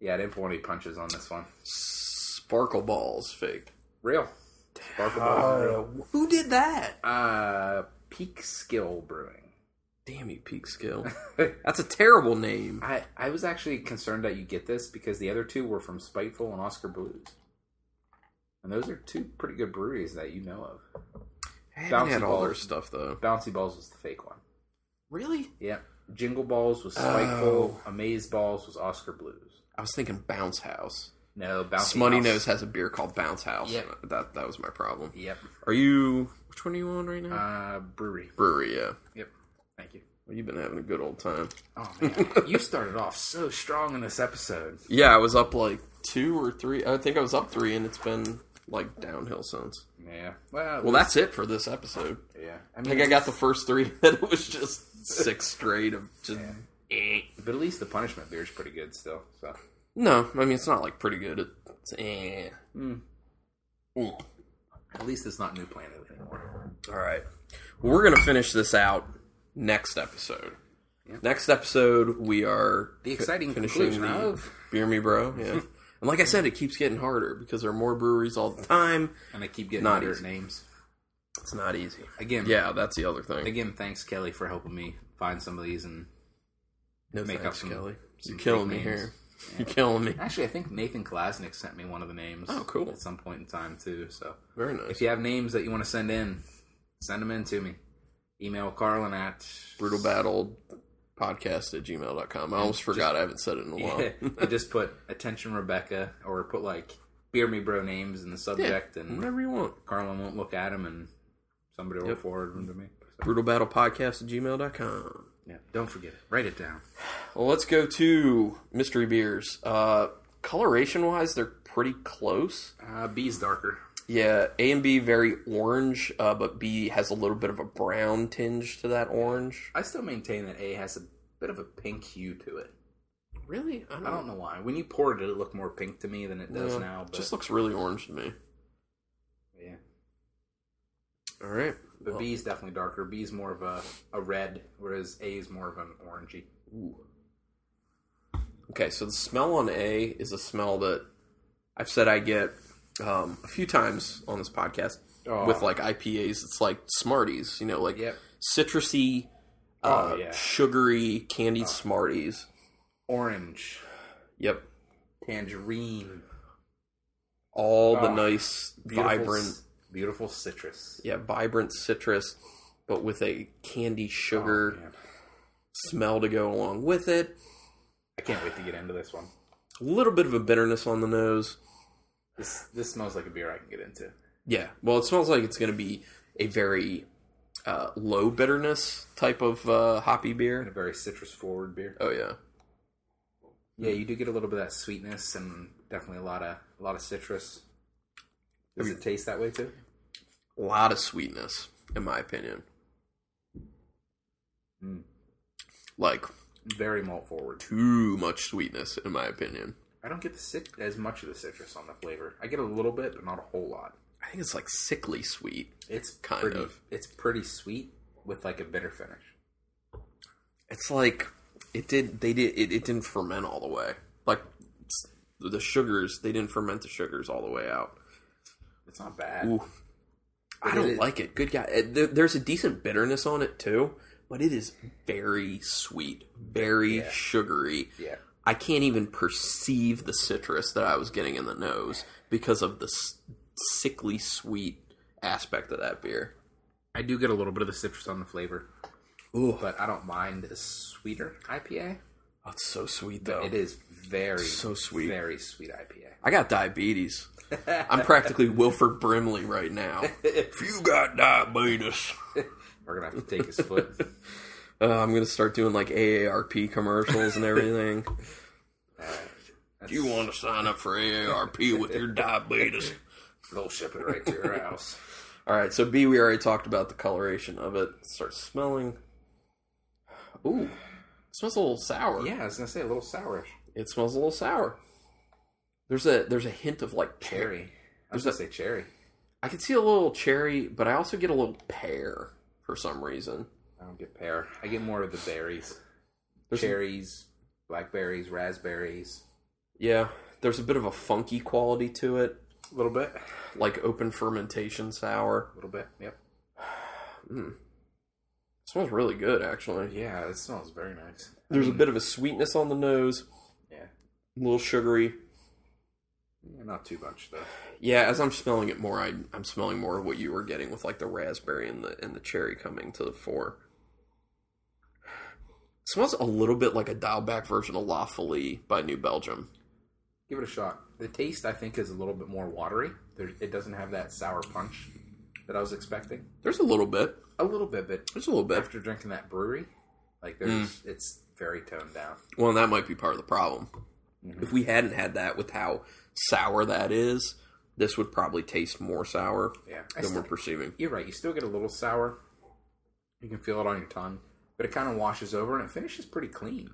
Speaker 1: Yeah, I didn't pull any punches on this one.
Speaker 2: Sparkle balls, fake.
Speaker 1: Real. Sparkle balls. are real.
Speaker 2: who did that?
Speaker 1: Uh, peak skill brewing.
Speaker 2: Damn you, Peak Skill. That's a terrible name.
Speaker 1: I, I was actually concerned that you get this because the other two were from Spiteful and Oscar Blues. And those are two pretty good breweries that you know of.
Speaker 2: I haven't
Speaker 1: Bouncy
Speaker 2: had all their
Speaker 1: balls.
Speaker 2: stuff though.
Speaker 1: Bouncy Balls was the fake one.
Speaker 2: Really?
Speaker 1: Yeah. Jingle Balls was
Speaker 2: Oh.
Speaker 1: Spiteful. Amaze Balls was Oscar Blues.
Speaker 2: I was thinking Bounce House.
Speaker 1: No, Bouncy
Speaker 2: Smutty
Speaker 1: House.
Speaker 2: Nose has a beer called Bounce House.
Speaker 1: Yeah.
Speaker 2: That that was my problem.
Speaker 1: Yep.
Speaker 2: Are you? Which one are you on right now?
Speaker 1: Uh, brewery.
Speaker 2: Brewery. Yeah.
Speaker 1: Yep. Thank you.
Speaker 2: Well, you've been having a good old time.
Speaker 1: Oh, man. you started off so strong in this episode.
Speaker 2: Yeah, I was up like two or three. I think I was up three, and it's been like downhill since.
Speaker 1: Yeah. Well,
Speaker 2: Well, that's it for this episode.
Speaker 1: yeah. I
Speaker 2: I
Speaker 1: mean,
Speaker 2: think I got the first three. That it was just six straight of just. eh.
Speaker 1: but at least the punishment beer is pretty good still. So,
Speaker 2: No, I mean it's not like pretty good. It's eh. Mm.
Speaker 1: Hmm. at least it's not New Planet anymore.
Speaker 2: All right. Well, we're gonna finish this out next episode. Next episode, we are
Speaker 1: The exciting
Speaker 2: finishing
Speaker 1: conclusion
Speaker 2: the
Speaker 1: of-
Speaker 2: Beer Me Bro. Yeah, and like I said, it keeps getting harder because there are more breweries all the time.
Speaker 1: And I keep getting
Speaker 2: Not
Speaker 1: better
Speaker 2: easy.
Speaker 1: names.
Speaker 2: It's not easy.
Speaker 1: Again,
Speaker 2: Yeah, that's the other thing.
Speaker 1: again, thanks, Kelly, for helping me find some of these. And
Speaker 2: No
Speaker 1: make up
Speaker 2: thanks,
Speaker 1: some-
Speaker 2: Kelly.
Speaker 1: some
Speaker 2: You're killing me
Speaker 1: big names.
Speaker 2: here. You're killing me.
Speaker 1: actually, I think Nathan Klasnick sent me one of the names.
Speaker 2: Oh, cool.
Speaker 1: At some point in time, too. So
Speaker 2: Very
Speaker 1: if
Speaker 2: nice.
Speaker 1: you have names that you want to send in, send them in to me. Email Carlin at.
Speaker 2: Brutal Battle podcast at gmail.com. I almost forgot I haven't said it in a while.
Speaker 1: I just put attention Rebecca or put like beer me bro names in the subject and
Speaker 2: Whatever you want.
Speaker 1: Carlin won't look at them and somebody will forward them to me. So,
Speaker 2: Brutal Battle podcast at gmail.com.
Speaker 1: yeah, don't forget it. Write it down.
Speaker 2: Well, let's go to mystery beers. Uh, coloration wise, they're pretty close.
Speaker 1: Uh, B's darker.
Speaker 2: Yeah, A and B very orange, uh, but B has a little bit of a brown tinge to that orange.
Speaker 1: I still maintain that A has a bit of a pink hue to it.
Speaker 2: Really?
Speaker 1: I don't know why. When you poured it, it looked more pink to me than it does
Speaker 2: Yeah,
Speaker 1: now. But
Speaker 2: Just looks really orange to me.
Speaker 1: yeah,
Speaker 2: All right.
Speaker 1: but
Speaker 2: Well,
Speaker 1: B's definitely darker. B's more of a, a red, whereas A is more of an orangey.
Speaker 2: Okay, so the smell on A is a smell that I've said I get um, a few times on this podcast
Speaker 1: Oh.
Speaker 2: with like IPAs. It's like Smarties, you know, like
Speaker 1: Yep. Oh,
Speaker 2: citrusy, uh,
Speaker 1: yeah.
Speaker 2: sugary, candied Smarties.
Speaker 1: Orange,
Speaker 2: Yep,
Speaker 1: tangerine,
Speaker 2: all the
Speaker 1: Oh.
Speaker 2: nice,
Speaker 1: beautiful,
Speaker 2: vibrant,
Speaker 1: c- beautiful citrus.
Speaker 2: yeah, vibrant citrus, but with a candy
Speaker 1: Oh,
Speaker 2: sugar
Speaker 1: man.
Speaker 2: smell to go along with it.
Speaker 1: I can't wait to get into this one.
Speaker 2: A little bit of a bitterness on the nose.
Speaker 1: This this smells like a beer I can get into.
Speaker 2: Yeah. Well, it smells like it's going to be a very uh, low bitterness type of uh, hoppy
Speaker 1: And a
Speaker 2: beer.
Speaker 1: very citrus forward beer.
Speaker 2: Oh yeah.
Speaker 1: Yeah, you do get a little bit of that sweetness and definitely a lot of a lot of citrus. Does it taste that way too?
Speaker 2: A lot of sweetness, in my opinion. Like
Speaker 1: Very malt forward.
Speaker 2: too much sweetness, in my opinion.
Speaker 1: I don't get the cit- as much of the citrus on the flavor. I get a little bit, but not a whole lot.
Speaker 2: I think it's like sickly sweet.
Speaker 1: It's
Speaker 2: Kind
Speaker 1: pretty,
Speaker 2: of.
Speaker 1: It's pretty sweet with like a bitter finish.
Speaker 2: It's like it did. They did. It, it didn't ferment all the way. Like s- the sugars, they didn't ferment the sugars all the way out.
Speaker 1: It's not bad.
Speaker 2: Ooh. I don't
Speaker 1: it-
Speaker 2: like it. Good guy. Uh, There, there's a decent bitterness on it too, but it is very sweet, very
Speaker 1: Yeah.
Speaker 2: sugary.
Speaker 1: Yeah.
Speaker 2: I can't even perceive the citrus that I was getting in the nose because of the s- sickly sweet aspect of that beer.
Speaker 1: I do get a little bit of the citrus on the flavor,
Speaker 2: Ooh,
Speaker 1: but I don't mind a sweeter IPA.
Speaker 2: that's Oh, so sweet though.
Speaker 1: It is very
Speaker 2: So sweet.
Speaker 1: very sweet IPA.
Speaker 2: I got diabetes. I'm practically Wilford Brimley right now. if you got diabetes,
Speaker 1: We're gonna have to take his foot.
Speaker 2: uh, I'm gonna start doing like AARP commercials and everything.
Speaker 1: That's-
Speaker 2: Do you want to sign up for AARP with your diabetes?
Speaker 1: They'll ship it right to your house.
Speaker 2: All right, so B, we already talked about the coloration of it. Start smelling. Ooh, it smells a little sour.
Speaker 1: Yeah, I was gonna say a little sourish,
Speaker 2: it smells a little sour. There's a there's a hint of like pear.
Speaker 1: cherry. I was gonna say cherry.
Speaker 2: I can see a little cherry, but I also get a little pear for some reason.
Speaker 1: I don't get pear. I get more of the berries,
Speaker 2: There's a-
Speaker 1: cherries, blackberries, raspberries.
Speaker 2: yeah, there's a bit of a funky quality to it,
Speaker 1: A little bit. A
Speaker 2: like open fermentation sour.
Speaker 1: little bit. Yep.
Speaker 2: It smells really good actually.
Speaker 1: Yeah, it smells very nice.
Speaker 2: There's a bit of a sweetness on the nose,
Speaker 1: Yeah.
Speaker 2: a little sugary.
Speaker 1: Yeah, Not too much though.
Speaker 2: Yeah, as I'm smelling it more, I, I'm smelling more of what you were getting with like the raspberry and the and the cherry coming to the fore. It smells a little bit like a dial back version of La Folie by New Belgium.
Speaker 1: Give it a shot. The taste I think is a little bit more watery. There, it doesn't have that sour punch that I was expecting.
Speaker 2: There's a little bit.
Speaker 1: A little bit, but
Speaker 2: There's a little bit.
Speaker 1: after drinking that brewery, like there's, it's very toned down.
Speaker 2: Well, and that might be part of the problem.
Speaker 1: Mm-hmm.
Speaker 2: If we hadn't had that with how sour that is, this would probably taste more sour
Speaker 1: Yeah. I
Speaker 2: than
Speaker 1: still-
Speaker 2: we're perceiving.
Speaker 1: you're right. You still get a little sour. You can feel it on your tongue, but it kind of washes over and it finishes pretty clean.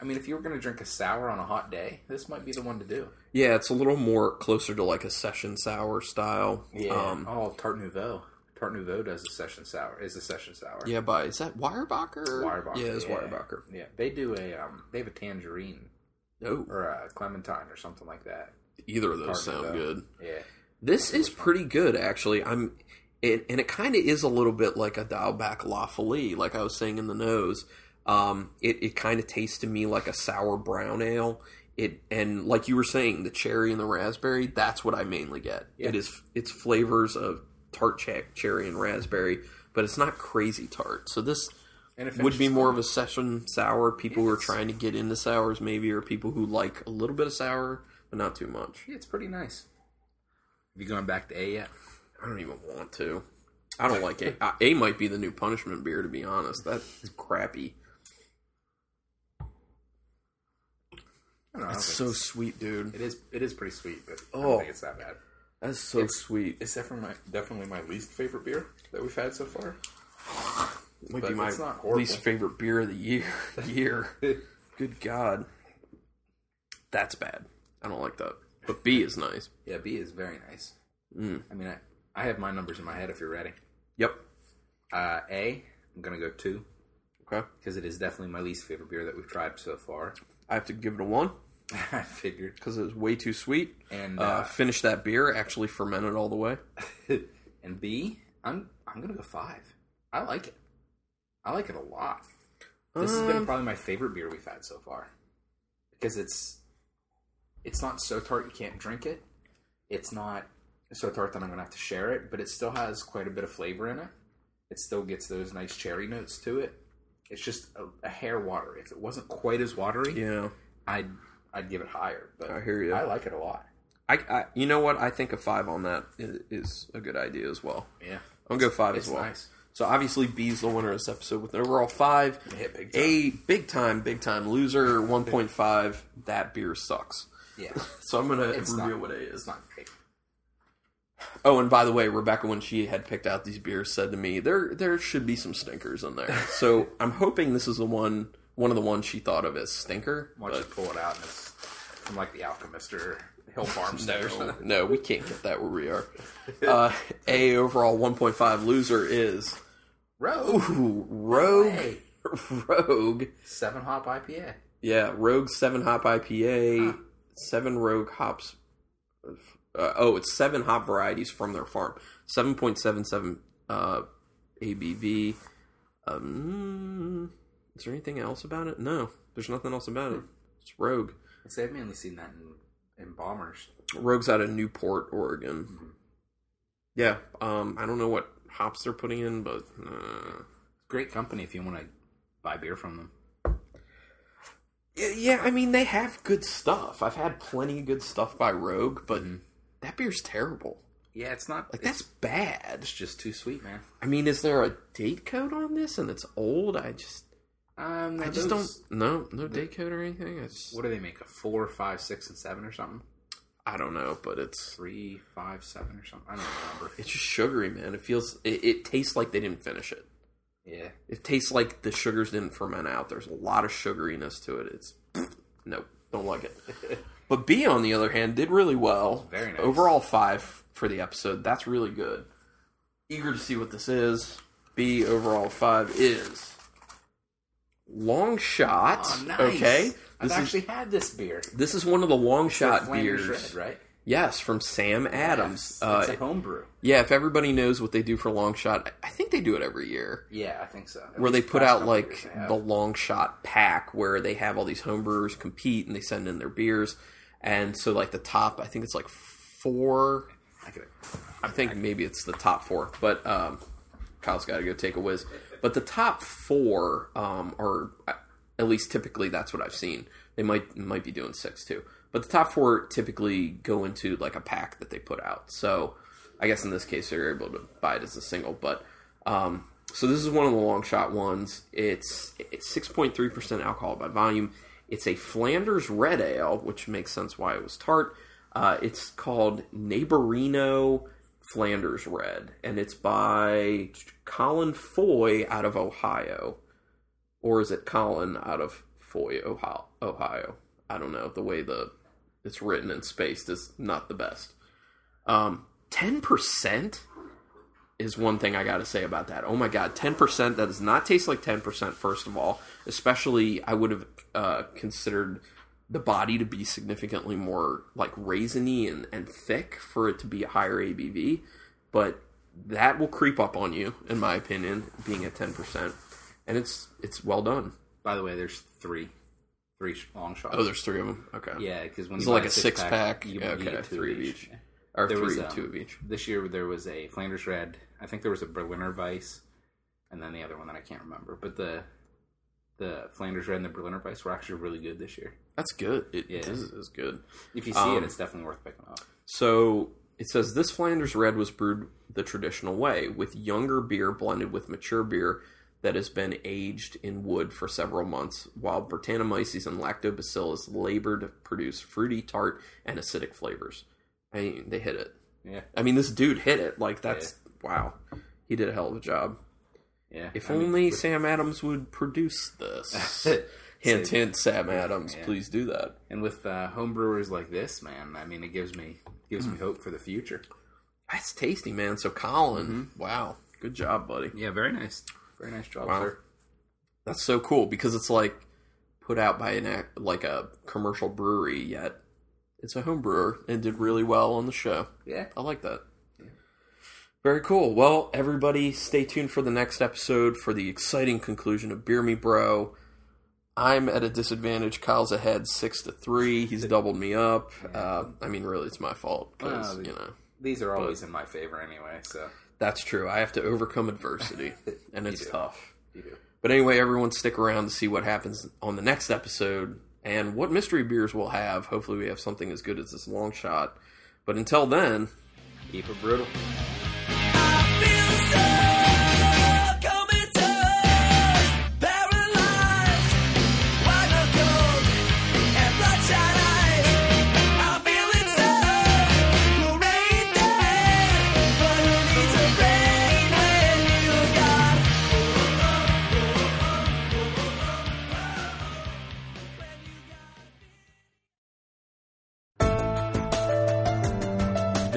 Speaker 1: I mean, if you were going to drink a sour on a hot day, this might be the one to do.
Speaker 2: Yeah, it's a little more closer to like a session sour style. Um,
Speaker 1: oh, tart nouveau. Tart Nouveau does a session sour. Is a session sour.
Speaker 2: Yeah, but is that Weyerbacher?
Speaker 1: Weyerbacher,
Speaker 2: Yeah, it's
Speaker 1: yeah.
Speaker 2: Weyerbacher.
Speaker 1: Yeah, they do a um, they have a tangerine
Speaker 2: Oh,
Speaker 1: or a clementine or something like that.
Speaker 2: either of those
Speaker 1: Carton,
Speaker 2: sound
Speaker 1: though.
Speaker 2: good.
Speaker 1: Yeah,
Speaker 2: This is pretty good, actually. I'm, it, and it kind of is a little bit like a Dialback La Folie, like I was saying in the nose. Um, it it kind of tastes to me like a sour brown ale. It and like you were saying, the cherry and the raspberry. That's what I mainly get. It is it's flavors of tart cha- cherry and raspberry, but it's not crazy tart. So this
Speaker 1: and it
Speaker 2: would be
Speaker 1: finishes-
Speaker 2: more of a session sour. People who are trying to get into sours, maybe, or people who like a little bit of sour but not too much.
Speaker 1: Yeah, it's pretty nice. Have you gone back to A yet?
Speaker 2: I don't even want to. I don't like A. I- A might be the new punishment beer, to be honest. That's crappy.
Speaker 1: I don't know. I don't
Speaker 2: That's
Speaker 1: think
Speaker 2: so
Speaker 1: it's-
Speaker 2: sweet, dude.
Speaker 1: it is it is pretty sweet, but I
Speaker 2: Oh.
Speaker 1: don't think it's that bad.
Speaker 2: That's so sweet. It
Speaker 3: It's definitely my, definitely my least favorite beer that we've had so far.
Speaker 2: might be
Speaker 3: but
Speaker 2: my
Speaker 3: it's not horrible.
Speaker 2: least favorite beer of the year. year. Good God. That's bad. I don't like that. But B is nice.
Speaker 1: Yeah, B is very nice.
Speaker 3: Mm.
Speaker 1: I mean, I, I have my numbers in my head. If you're ready,
Speaker 2: Yep.
Speaker 1: uh, A, I'm gonna go two
Speaker 2: Okay.
Speaker 1: because it is definitely my least favorite beer that we've tried so far.
Speaker 2: I have to give it a one
Speaker 1: I figured.
Speaker 2: because it was way too sweet.
Speaker 1: And
Speaker 2: Uh,
Speaker 1: uh,
Speaker 2: finish that beer. Actually, ferment it all the way.
Speaker 1: and B, I'm I'm gonna go five. I like it. I like it a lot. This has been
Speaker 2: Um,
Speaker 1: probably my favorite beer we've had so far because it's it's not so tart you can't drink it. It's not so tart that I'm gonna have to share it, but it still has quite a bit of flavor in it. It still gets those nice cherry notes to it. It's just a, a hair watery. If it wasn't quite as watery,
Speaker 2: Yeah.
Speaker 1: I'd I'd give it higher. But
Speaker 2: I hear ya.
Speaker 1: I like it a lot.
Speaker 2: I, I. You know what? I think a five on that is, is a good idea as well.
Speaker 1: Yeah,
Speaker 2: I'm gonna go five
Speaker 1: it's
Speaker 2: as well.
Speaker 1: nice.
Speaker 2: So obviously B's the winner of this episode with an overall five.
Speaker 1: Yeah, big time.
Speaker 2: A big time, big time loser, one point five. That beer sucks.
Speaker 1: Yeah,
Speaker 2: So I'm gonna
Speaker 1: It's
Speaker 2: reveal
Speaker 1: not-
Speaker 2: what A
Speaker 1: it's
Speaker 2: is.
Speaker 1: not great.
Speaker 2: Oh, and by the way, Rebecca, when she had picked out these beers, said to me, "There, there should be some stinkers in there." so I'm hoping this is the one, one of the ones she thought of as stinker.
Speaker 1: Why don't you pull it out and it's from like the Alchemist or Hill Farmstead or
Speaker 2: No,
Speaker 1: something?
Speaker 2: no, we can't get that where we are. Uh, a overall 1.5 loser is
Speaker 1: Rogue
Speaker 2: ooh, Rogue.
Speaker 1: Hey,
Speaker 2: Rogue.
Speaker 1: seven hop IPA.
Speaker 2: Yeah, Rogue Seven Hop IPA, seven Rogue hops. Uh, oh, it's seven hop varieties from their farm. Seven point seven seven uh, ABV. Um, is there anything else about it? No, there's nothing else about it. It's Rogue.
Speaker 1: I'd say I've mainly seen that in, in bombers.
Speaker 2: Rogue's out of Newport, Oregon. Yeah, um, I don't know what hops they're putting in, but uh,
Speaker 1: Great company if you want to buy beer from them.
Speaker 2: Y- yeah, I mean they have good stuff. I've had plenty of good stuff by Rogue, but that beer's terrible.
Speaker 1: Yeah, it's not.
Speaker 2: Like
Speaker 1: it's
Speaker 2: that's bad.
Speaker 1: just too sweet, man.
Speaker 2: I mean, is there a date code on this? And it's old. I just,
Speaker 1: Um,
Speaker 2: I just don't. No, no date code or anything. It's,
Speaker 1: What do they make? A four, five, six, and seven or something?
Speaker 2: I don't know, but it's
Speaker 1: Three, five, seven or something. I don't remember.
Speaker 2: it's just sugary, man. It feels. It, it tastes like they didn't finish it.
Speaker 1: Yeah,
Speaker 2: It tastes like the sugars didn't ferment out. There's a lot of sugariness to it. It's nope, don't like it. But B, on the other hand, did really well.
Speaker 1: Very nice.
Speaker 2: Overall five for the episode. That's really good. Eager to see what this is. B overall five is long shot.
Speaker 1: Oh, nice.
Speaker 2: Okay,
Speaker 1: I've
Speaker 2: this is
Speaker 1: actually had this beer.
Speaker 2: this is one of the long shot
Speaker 1: Flanders
Speaker 2: beers.
Speaker 1: Red, right?
Speaker 2: Yes, from Sam Adams.
Speaker 1: It's,
Speaker 2: Uh,
Speaker 1: it's a homebrew.
Speaker 2: yeah, if everybody knows what they do for long shot, I- I think they do it every year
Speaker 1: Yeah, I think so.
Speaker 2: where they put out like
Speaker 1: they have.
Speaker 2: the long shot pack where they have all these homebrewers compete and they send in their beers and so like the top i think it's like four
Speaker 1: I could-
Speaker 2: i think maybe it's the top four but um kyle's got to go take a whiz but the top four um are at least typically that's what i've seen they might might be doing six too but the top four typically go into like a pack that they put out so i guess in this case they were able to buy it as a single but um, so this is one of the long shot ones. It's it's 6.3% alcohol by volume. It's a Flanders red ale, which makes sense why it was tart. Uh, it's called Neighborino Flanders Red, and it's by Colin Foy out of Ohio. Or is it Colin out of Foy, Ohio? Ohio? I don't know. The way the it's written and spaced is not the best. Um, 10%? is one thing I got to say about that. Oh my god, ten percent. That does not taste like ten percent. First of all, especially I would have uh, considered the body to be significantly more like raisiny and, and thick for it to be a higher ABV, but that will creep up on you, in my opinion, being at ten percent. And it's it's well done.
Speaker 1: By the way, there's three, three sh- long shots.
Speaker 2: Oh, there's three of them. Okay.
Speaker 1: yeah, because when
Speaker 2: Is
Speaker 1: you
Speaker 2: it
Speaker 1: buy
Speaker 2: like a six pack?
Speaker 1: you,
Speaker 2: Yeah,
Speaker 1: you
Speaker 2: okay,
Speaker 1: get two
Speaker 2: three
Speaker 1: of
Speaker 2: of
Speaker 1: each.
Speaker 2: each. Or
Speaker 1: There
Speaker 2: three,
Speaker 1: was, um,
Speaker 2: two of each.
Speaker 1: This year there was a Flanders Red. I think there was a Berliner Weiss, and then the other one that I can't remember. But the the Flanders Red and the Berliner Weiss were actually really good this year.
Speaker 2: That's good. It
Speaker 1: Yeah.
Speaker 2: is is good.
Speaker 1: If you see
Speaker 2: Um,
Speaker 1: it, it's definitely worth picking up.
Speaker 2: So it says this Flanders Red was brewed the traditional way, with younger beer blended with mature beer that has been aged in wood for several months, while Britannomyces and lactobacillus labor to produce fruity, tart, and acidic flavors. I mean, they hit it.
Speaker 1: Yeah,
Speaker 2: I mean, this dude hit it. Like that's wow. He did a hell of a job.
Speaker 1: yeah.
Speaker 2: If
Speaker 1: I mean,
Speaker 2: only Sam Adams would produce this. hint, hint, Sam Adams, please do that.
Speaker 1: and with uh, home brewers like this, man, I mean, it gives me gives
Speaker 2: Hmm.
Speaker 1: me hope for the future.
Speaker 2: That's tasty, man. So, Colin,
Speaker 1: Mm-hmm.
Speaker 2: wow, good job, buddy.
Speaker 1: Yeah, very nice, very nice job,
Speaker 2: Wow.
Speaker 1: sir.
Speaker 2: That's so cool because it's like put out by an act, like a commercial brewery, yet it's a home brewer and did really well on the show.
Speaker 1: Yeah,
Speaker 2: I like that. Very cool. Well, everybody, stay tuned for the next episode for the exciting conclusion of Beer Me Bro. I'm at a disadvantage. Kyle's ahead six to three. He's doubled me up. Uh, I mean, really, it's my fault because
Speaker 1: Well,
Speaker 2: you know
Speaker 1: these are always in my favor anyway. So
Speaker 2: that's true. I have to overcome adversity, and it's tough.
Speaker 1: you do.
Speaker 2: But anyway, everyone stick around to see what happens on the next episode and what mystery beers we'll have. Hopefully, we have something as good as this long shot. But until then,
Speaker 1: keep it brutal.